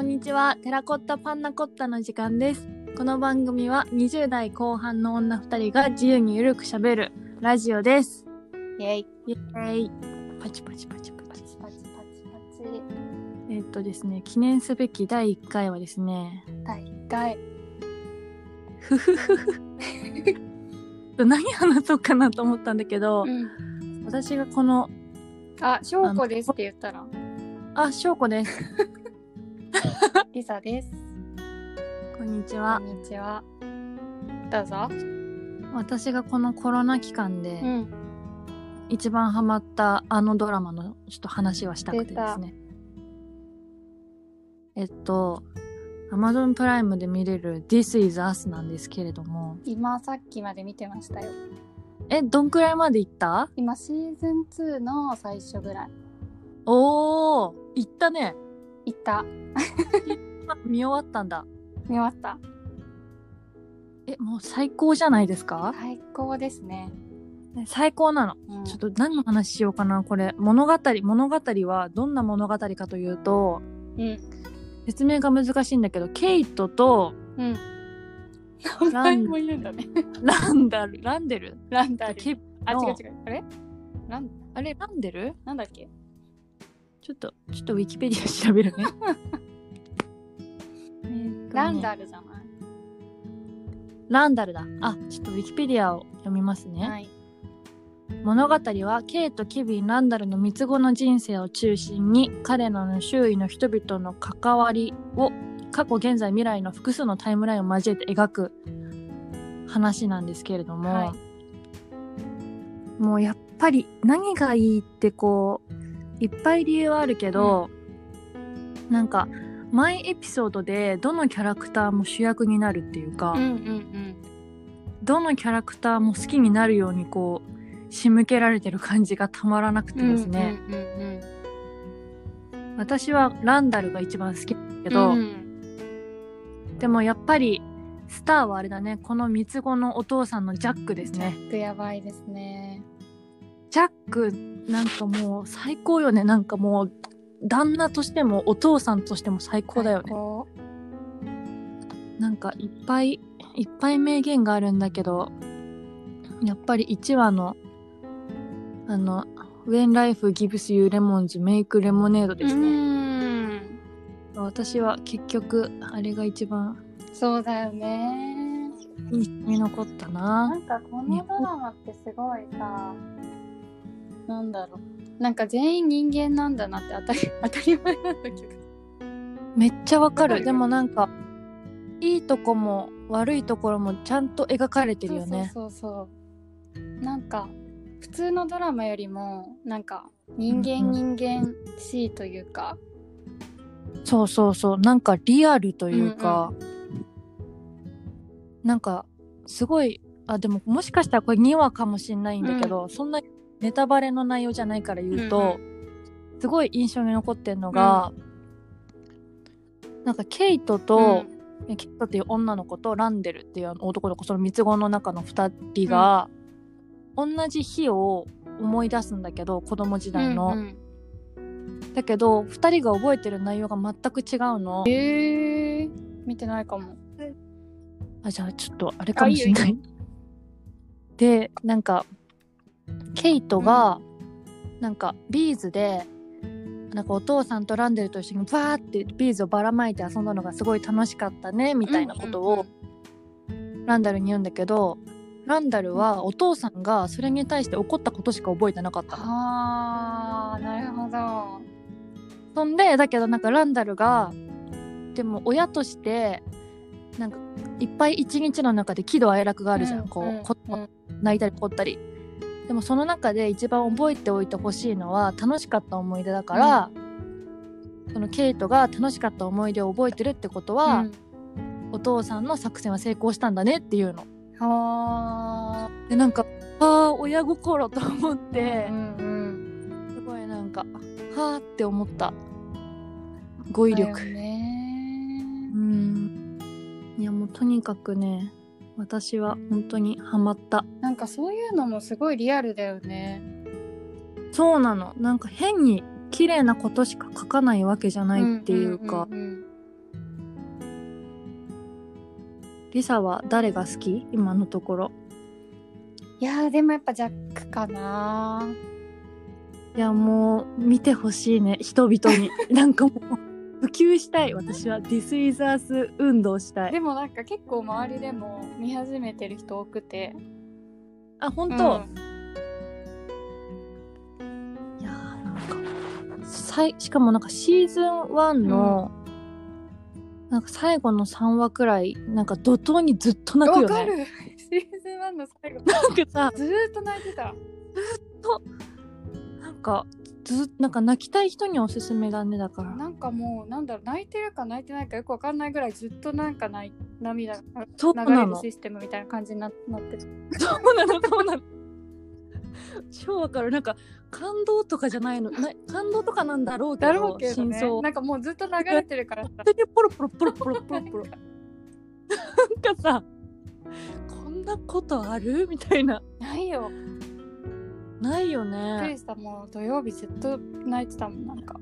んにちはテラコッタパンナコッタの時間ですこの番組は20代後半の女2人が自由にゆるくしゃべるラジオですイェイイエーイパチパチパチパパチチパチパチパチえっとですね記念すべき第1回はですね第1回ふふふふ何話そうかなと思ったんだけど、うん私がこのあ翔子ですって言ったらあ翔子ですリサですこんにちこはんにちはどうぞ私がこのコロナ期間で、ん一番ハマったあのドラマのちょっと話はしたくてですね。えっと、Amazon プライムで見れる This is Us なんですけれども、今さっきまで見てましたよえ、どんくらいまで行った今シーズン2の最初ぐらいおー、行ったね。行ったあ見終わったんだ。見終わったえ、もう最高じゃないですか最高ですね、最高なの。うん、ちょっと何の話しようかな、これ。物語、物語はどんな物語かというと、うん説明が難しいんだけど、ケイトとうんン名前も言うんだねランダル、ランデルランダルケイあ違のう違うあれランあれ、ランデルなんだっけちょっと、ちょっとウィキペディア調べるね。えーっとねランダルじゃない、ランダルだ。あ、ちょっとウィキペディアを読みますね。はい物語は、ケイとケビン、ランダルの三つ子の人生を中心に、彼らの周囲の人々の関わりを、過去、現在、未来の複数のタイムラインを交えて描く話なんですけれども、はもうやっぱり何がいいってこういっぱい理由はあるけど、なんか毎エピソードでどのキャラクターも主役になるっていうか、うんうんどのキャラクターも好きになるようにこう仕向けられてる感じがたまらなくうんてですね、うんうんうんうん私はランダルが一番好きだけけど、うん、でもやっぱりスターはあれだねこの三つ子のお父さんのジャックですジャねックやばいですね。ジャックなんかもう最高よねなんかもう旦那としてもお父さんとしても最高だよね最高なんかいっぱいいっぱい名言があるんだけどやっぱり1話のあの「When Life Gives You Lemons Make Lemonade」ですうね、ーん。私は結局あれが一番そうだよね。印象に残ったななんかこのドラマってすごいさ、なんだろう。なんか全員人間なんだなって当たり 当たり前なんだけど。めっちゃわかわかるるでもなんかいいとこも悪いところもちゃんと描かれてるよねそうそうそうそう。なんか普通のドラマよりもなんか人間うん人間しいというか、そうそうそうなんかリアルというか、なんかすごいあでももしかしたらこれ2話かもしんないんだけど、そんなネタバレの内容じゃないから言うと、すごい印象に残ってんのが、なんかケイトと、えケイトっていう女の子とランデルっていう男の子その三つ子の中の2人が、同じ日を思い出すんだけど子供時うん代の。うんうんだけど2人が覚えてる内容が全く違うの。えー、見てないかも。あじゃあちょっとあれかもしれない。でなんかケイトが、なんかビーズでなんかお父さんとランデルと一緒にバーってビーズをばらまいて遊んだのがすごい楽しかったねみたいなことをランダルに言うんだけど、ランダルはお父さんがそれに対して怒ったことしか覚えてなかったの。あーなるほど。そんでだけどなんかランダルがでも親としてなんかいっぱい一日の中で喜怒哀楽があるじゃん、こう、こうん泣いたり怒ったりでもその中で一番覚えておいてほしいのは楽しかった思い出だから、そのケイトが楽しかった思い出を覚えてるってことは、お父さんの作戦は成功したんだねっていうのうん、はでなんかああ親心と思っーてう、んうん、すごいなんかはあって思った語彙力、だよねうんいやもうとにかくね私は本当にハマったなんかそういうのもすごいリアルだよね。そうなのなんか変に綺麗なことしか書かないわけじゃないっていうか、んんんうんリサは誰が好き今のところいやーでもやっぱジャックかないやもう見てほしいね人々 になんかもう普及したい私は This is Us 運動したいでもなんか結構周りでも見始めてる人多くてあ本当、いやーなんかさいしかもなんかシーズン1の、なんか最後の3話くらいなんか怒涛にずっとうん泣くわよかね。る シーズン1の最後なんかさずーっと泣いてたなんかずなんか泣きたい人におすすめだねだから。なんかもうなんだろう泣いてるか泣いてないかよくわかんないぐらいずっとなんかない涙がそう流なれるの。システムみたいな感じにななってたそうなのそうなの。超わかるなんか感動とかじゃないのな感動とかなんだろうけどだろうけど真ね相。なんかもうずっと流れてるからさ本当にポロポロポロポロポロポロ。なんかさこんなことあるみたいなないよないよびっくね。りしたもう土曜日ずっと泣いてたもんなんか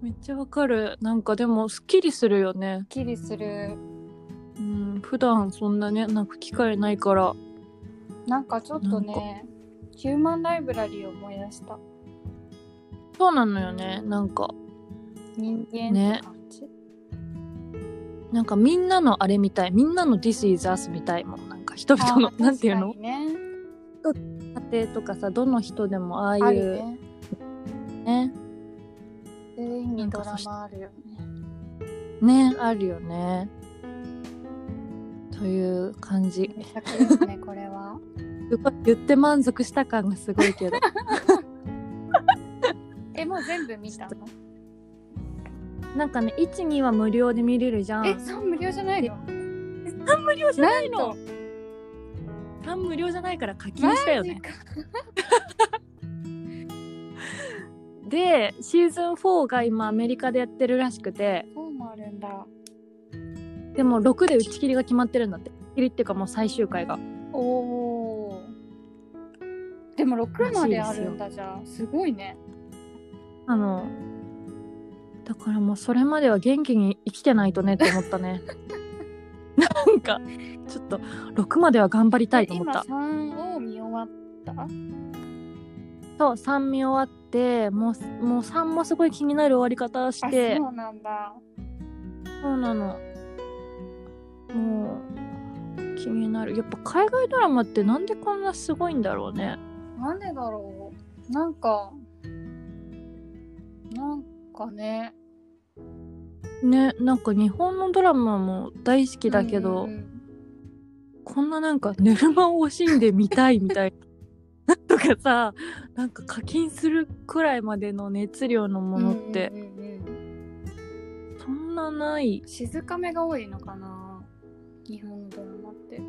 めっちゃわかるなんかでもすっきりするよね。キリするうん普段そんなね泣く機会ないから。なんかちょっとねヒューマンライブラリーを思い出したそうなのよねなんか人間っねて 感じ、なんかみんなのあれみたいみんなの This is us みたいもんなんか人あ々のーなんていうの確かにね家庭とかさどの人でもああいあるうねねそういう意味なんドかラそしマあるよねねあるよねという感じめちゃくですねこれはすごい言って満足した感がすごいけ どえもう全部見たのなんかね12は無料で見れるじゃんえ三無料じゃないの無料じゃないのと3無料じゃないから課金したよマジねかでシーズン4が今アメリカでやってるらしくてそうもあるんだでも6で打ち切りが決まってるんだって打ち切りっていうかもう最終回がおおーでも6まであるんだじゃあすごいねあのだからもうそれまでは元気に生きてないとねって思った ねなんかちょっと6までは頑張りたいと思っ今た3を見終わったそう3見終わってもうもう3もすごい気になる終わり方しあてそうなんだそうなのもう気になるやっぱ海外ドラマってなんでこんなすごいんだろうねなんでだろうなんかなんかねねなんか日本のドラマも大好きだけど、うんうんこんななんか寝る間を惜しんで見たいみたいな とかさなんか課金するくらいまでの熱量のうもんのってうんうんうんそんなない静かめが多いのかな日本のドラマって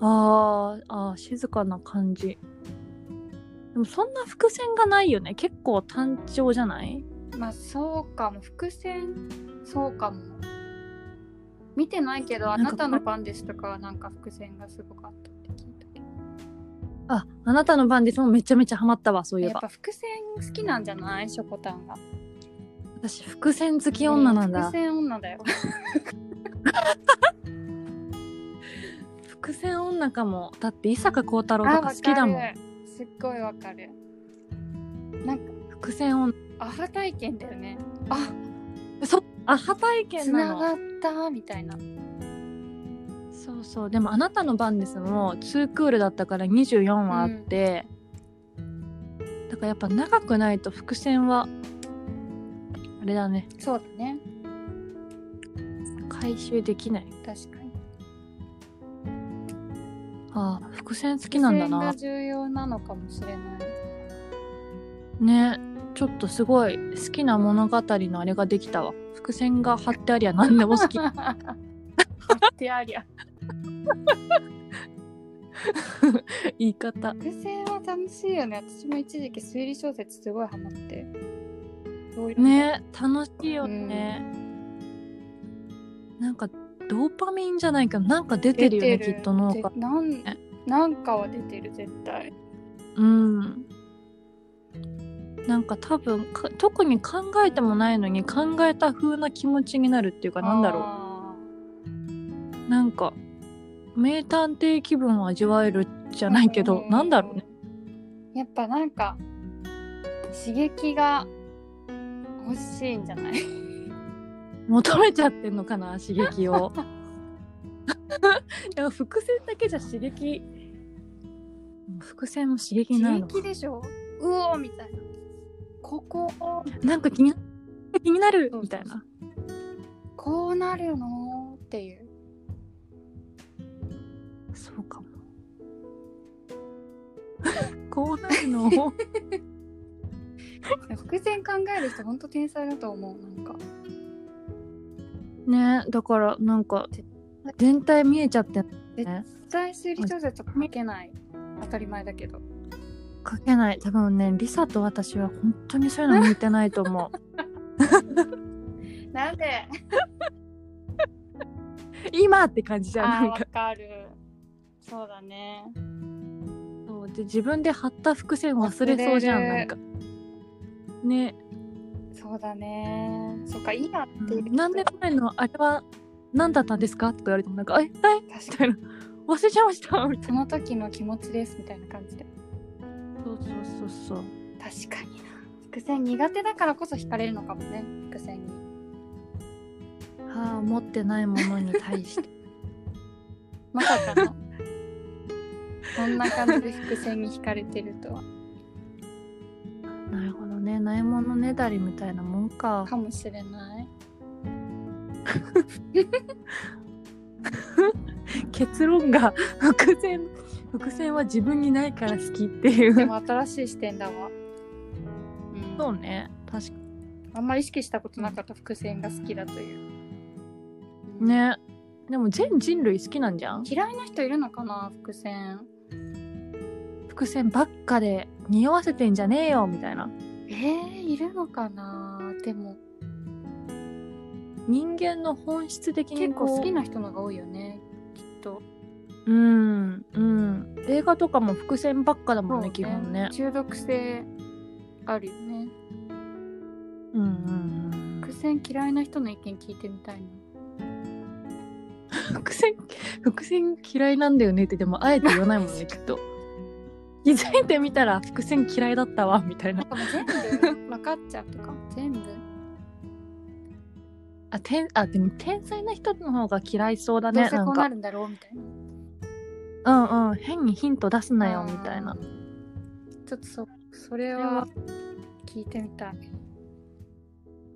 あーあー静かな感じでもそんな伏線がないよね結構単調じゃないまあそうかも伏線そうかも見てないけど「あなんかなたの番です」とかはなんか伏線がすごかったって聞いたけどああなたの番ですもめちゃめちゃハマったわそういえやっばぱ伏線好きなんじゃないしょこたんが私伏線好き女なんうだ伏線女だよ伏線女かもだって伊坂幸太郎あとわかか好きだもんるすっごいわかるなんか伏線女アハ体験だよねあそうアハ体つ験ななのがったみたいなそうそうでも「あなたの番です」も2クールだったから24話あって、だからやっぱ長くないと伏線はあれだねそうだね回収できない確かにああ伏線好きなんだな伏線が重要なのかもしれないねちょっとすごい好きな物語のあれができたわ伏線が貼ってありゃ何でも 好きやってありゃ言い方伏線は楽しいよね私も一時期推理小説すごいハマってどういうね楽しいよね、なんかドーパミンじゃないけどなんか出てるよねきっと脳でがなんなんかは出てる絶対うん。なんか多分か特に考えてもないのに考えた風な気持ちになるっていうかなんだろあうなんか名探偵気分を味わえるじーゃないけど、うなんだろうねやっぱなんか刺激が欲しいんじゃない求めちゃってんのかな刺激 をでも伏線だけじゃ刺激伏線も刺激になる刺のか激でしょうおーみたいなここなんか気に気になるみたいなこうなるのっていうそう かもこうなるの伏線考える人ほんと天才だと思うなんか ねだからなんか全体見えちゃって絶対推理小説書けない当たり前だけど書けない多分ねリサと私は本当にそういうの向いてないと思うなんで 今って感じじあゃんなーいわかかるそうだねそうで自分で貼った伏線忘れそうじゃん忘れなんるかねそうだねそっか今っていう何年前のあれは何だったんですかとか言われてもなんか「ええみ確かたいな 「忘れちゃいました」みたいその時の気持ちですみたいな感じでなそうそうそうそう確かにな伏線苦手だからこそ惹かれるのかもね伏線に歯を持ってないものに対 してまさか のそんな感じで伏線に惹かれてるとはなるほどねないものねだりみたいなもんかかもしれない結論が伏線伏線は自分にないから好きっていでうも新しい視点だわ、うん、そうね確かあんまり意識したことなかった伏線が好きだという、にねでも全人類好きなんじゃん嫌いな人いるのかな伏線伏線ばっかで匂わせてんじゃねえよみたいなえー、いるのかなでも人間の本質的に結こう構好きな人のが多いよねきっとうんうん映画とかも伏線ばっかだもんね基本ね中毒性あるよねうんうん伏線嫌いな人の意見聞いてみたいなうん伏線伏線嫌いなんだよねってでもあえて言わないも んねきっと気づいてみたら伏線嫌いだったわみたいななんかもう全部分かっちゃうとか全部あてんあでも天才な人の方が嫌いそうだどうねせなこんうなかるんだろうみたいなうんうん変にヒント出すなよみたいあなーちょっとそそれそれはは聞いてみたい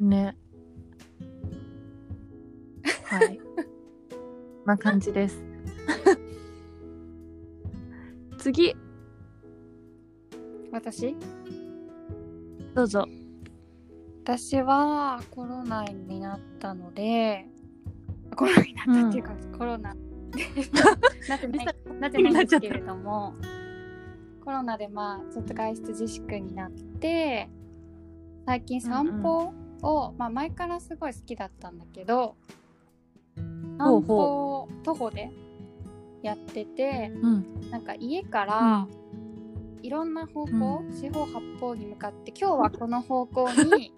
ねはい まあ感じです 次私どうぞ私はコロナになったの であコロナになったっていうか、コ ロナなってないなってないんですけれどもコロナでまあちょっと外出自粛になって最近散歩を、まあ、前からすごい好きだったんだけどほう散歩を徒歩でやっててうんなんか家かうらんいろんな方向、四方八方に向かって今日はこの方向 に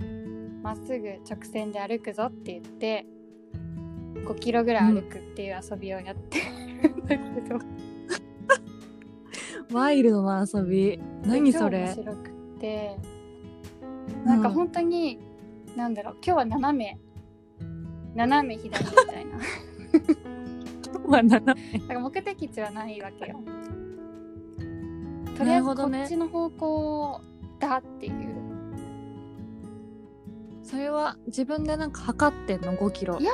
まっすぐ直線で歩くぞって言って5キロぐらい歩くっていう遊びをやってるんだけど、 ワイルドな遊び何それ超面白くってなんか本当に、なんだろう今日は斜め斜め左みた いなは斜なんか目的地はないわけよとりなあえるずこほどねっちの方向だっていうそれは自分でなんか測ってんの5キロいや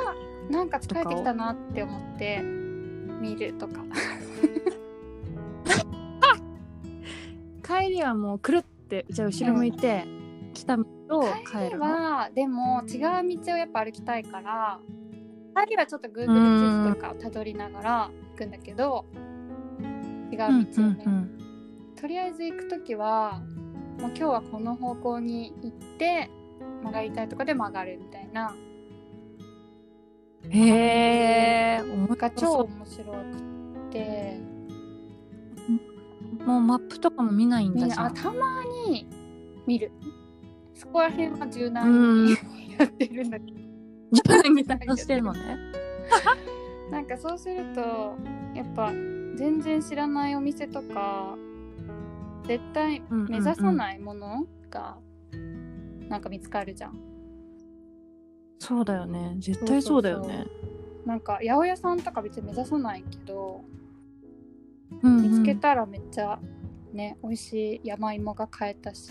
なんか疲れてきたなって思って見るとか帰りはもうくるってじゃあ後ろ向いて、来た道を帰帰りるのはでも違う道をやっぱ歩きたいから帰りはちょっと Google 地図とかをたどりながら行くんだけど違う道をうんね、うんうんとりあえず行く時はもう今日はこの方向に行って曲がりたいとこで曲がるみたいなへえ面なんか白超そ面白くってうもうマップとかも見ないんみだ んじなゃあんたまに見るそこら辺は柔軟うんに やってるんだけどみたいなしてるのね。なんかそうするとやっぱ全然知らないお店とか絶対目指さないものがなんか見つかるじゃん。そうだよね。絶対そうだよね。なんか八百屋さんとか別に目指さないけどうんうん見つけたらめっちゃね美味しい山芋が買えたし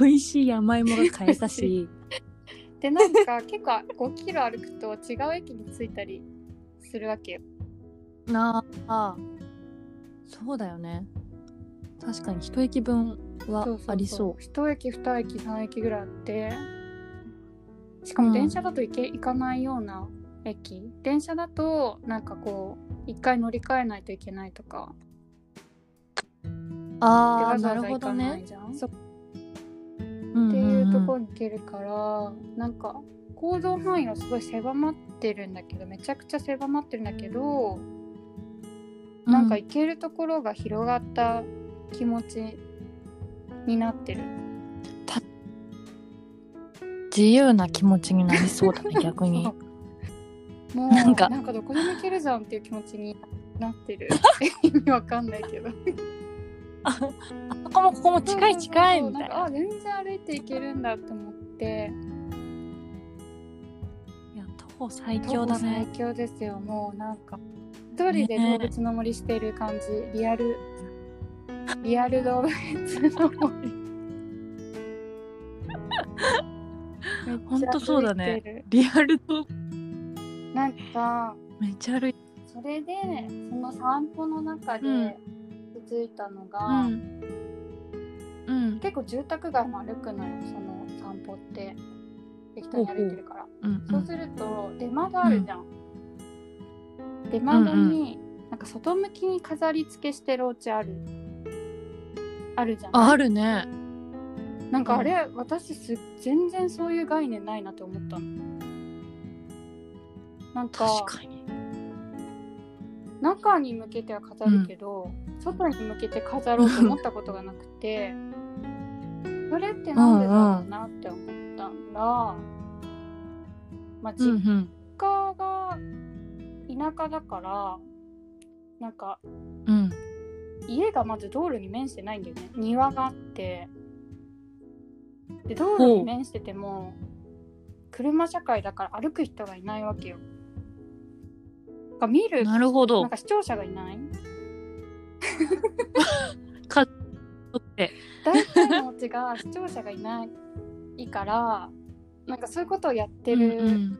美味しい山芋が買えたし。でなんか結構5キロ歩くと違う駅に着いたりするわけよ。 なあ。そうだよね。確かに一駅分はありそう。 1駅2駅3駅ぐらいあってしかも電車だと行け、行かないような駅電車だとなんかこう1回乗り換えないといけないとかでああ、わなざわるざほ行どかなねい。じゃん。っっていうところに行けるから、なんか行動範囲はすごい狭まってるんだけどめちゃくちゃ狭まってるんだけど、なんか行けるところが広がった気持ちになってる自由な気持ちになりそうだね、 逆にそ。うもうななんんかかどこでも行けるじゃんっていう気持ちになって る意味わかんないけどあここもここも近い近いそうみそたいな。うそうんかあ全然歩いて行けるんだって思っていや、徒歩最強だ最ね。強ですよもうなんか一人で動物の森してる感じ、リアルリアル動物の森 めっちゃ歩いてるほんとそうだねリアルとなんかめっちゃ歩いて。それでその散歩の中でうん気づいたのが、うん。うん。結構住宅街も歩くのよその散歩って適当に歩いてるから、うんそうすると出窓あるじゃん、出窓になんか外向きに飾り付けしてるお家あるあるじゃんああるね。なんかあれ、私す全然そういう概念ないなって思ったのなんか確かに。中に向けては飾るけど、外に向けて飾ろうと思ったことがなく てそれってなんでだろうなって思ったんだ、まうんあう実ん。家が田舎だからなんかうん。家がまず道路に面してないんだよね庭があってで道路に面してても車社会だから歩く人がいないわけよなんか見るなるほなどん。か視聴者がいないって大体のうちが視聴者がいないからなんかそういうことをやってうんうるん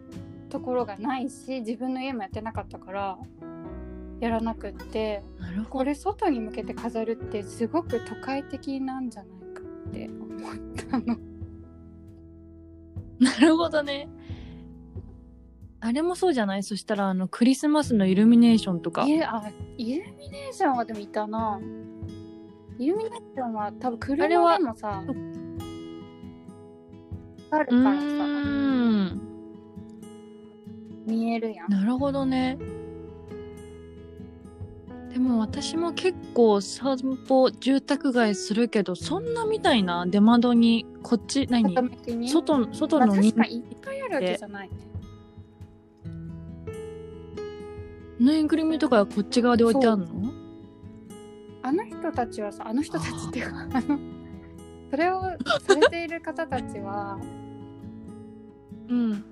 ところがないし、自分の家もやってなかったからやらなくってなるほこれ外に向けて飾るってすごく都会的なんじゃないかって思ったの。ど。なるほどね。あれもそうじゃないそしたら、あの、クリスマスのイルミネーションとか。家あイルミネーションはでもいたな。イルミネーションは多分あれは車でもさうあるうからーさん。見えるやん。なるほどね。でも私も結構散歩、住宅街するけど、そんなみたいな出窓に、こっち、何傾きに外、外まあの確にかにいっぱいあるわけじゃないね。ぬいぐるみとかはこっち側で置いてあるのあの人たちはさあの人たちっていうかあのそれをされている方たちはうん。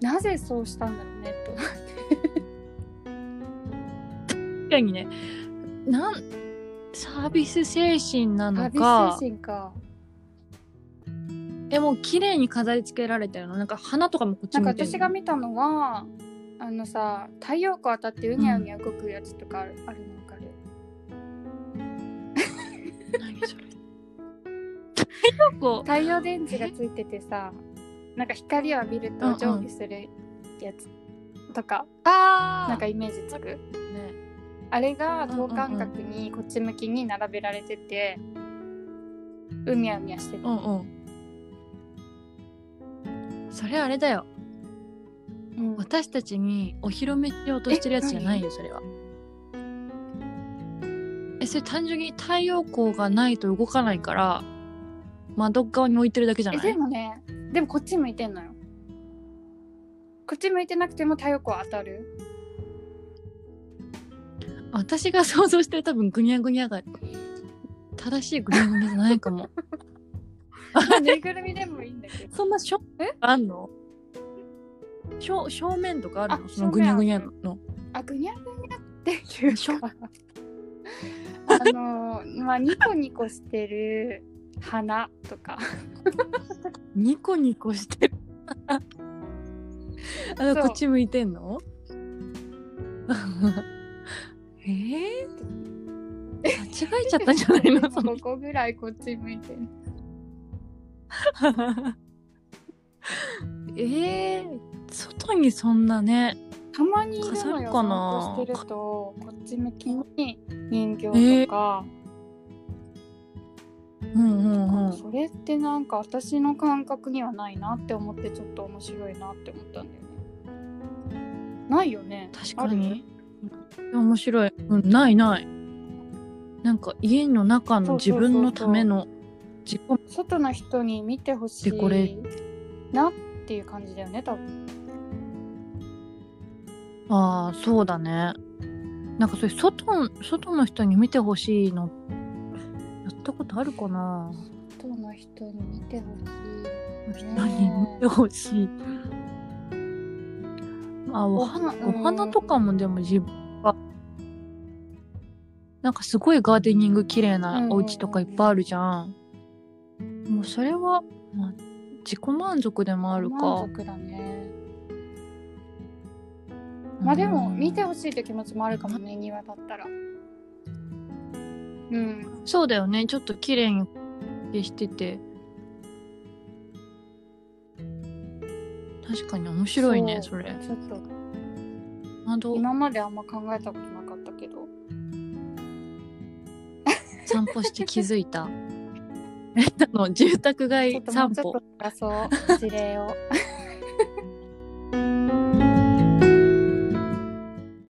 なぜそうしたんだろうねと確かにね。なん、サービス精神なサーのビかス。精神かえもう綺麗に飾り付けられたよななんか花とかもこっちなんか向いてる私が見たのはあのさ太陽光当たってうにゃうにゃ動くやつとかある,、あるの分かる何それ太陽光太陽電池がついててさなんか光を浴びると上下するやつとか、あなんかねイメージつくあれが等間隔にこっち向きに並べられてて、うにゃうにゃしててうんうんそれあれだようん私たちにお披露目しようとしてるやつじゃないよそれはえそれ単純に太陽光がないと動かないから窓側に置いてるだけじゃえなでいもねでもこっち向いてんのよこっち向いてなくても太陽光当 たる私が想像してる多分グニャグニャが正しいグニャグニャじゃないかもまあぬいぐるみでもいいんだけど そんなしょえあんの正正面とかあるのあそのグニャグニャのあぐにゃぐにゃっていうかあのまあニコニコしてる花とかニコニコして るあのそうこっち向いてんの えー、間違えちゃったんじゃないのそのここぐらいこっち向いてる ええ外にそんなねたまにいる飾のるよかな散歩してるとこっち向きに人形とか、うんうんうんそれってなんか私の感覚にはないなって思ってちょっと面白いなって思ったんだよねないよね確かに面白い、うん、ないないなんか家の中のそう自そうそうそう分のための自己ある外の人に見てほしでこれいなっていう感じだよね多分ああそうだねなんかそれ外外の人に見てほしいのやったことあるかな外の人に見てほし人に見てほしいあいお花お花とかもでも自分はなんかすごいガーデニング綺麗なお家とかいっぱいあるじゃん。もうそれは、まあ、自己満足でもああるか満。足だねまあでも見てほしいって気持ちもあるかもね庭だったらうんそうだよねちょっと綺麗に消してて。確かに面白いねそうれ。ちょっと窓今 まであんま考えたことなかったけど散歩して気づいた。えあの住宅ちょ街っとも散うちょっ歩と探そう事例を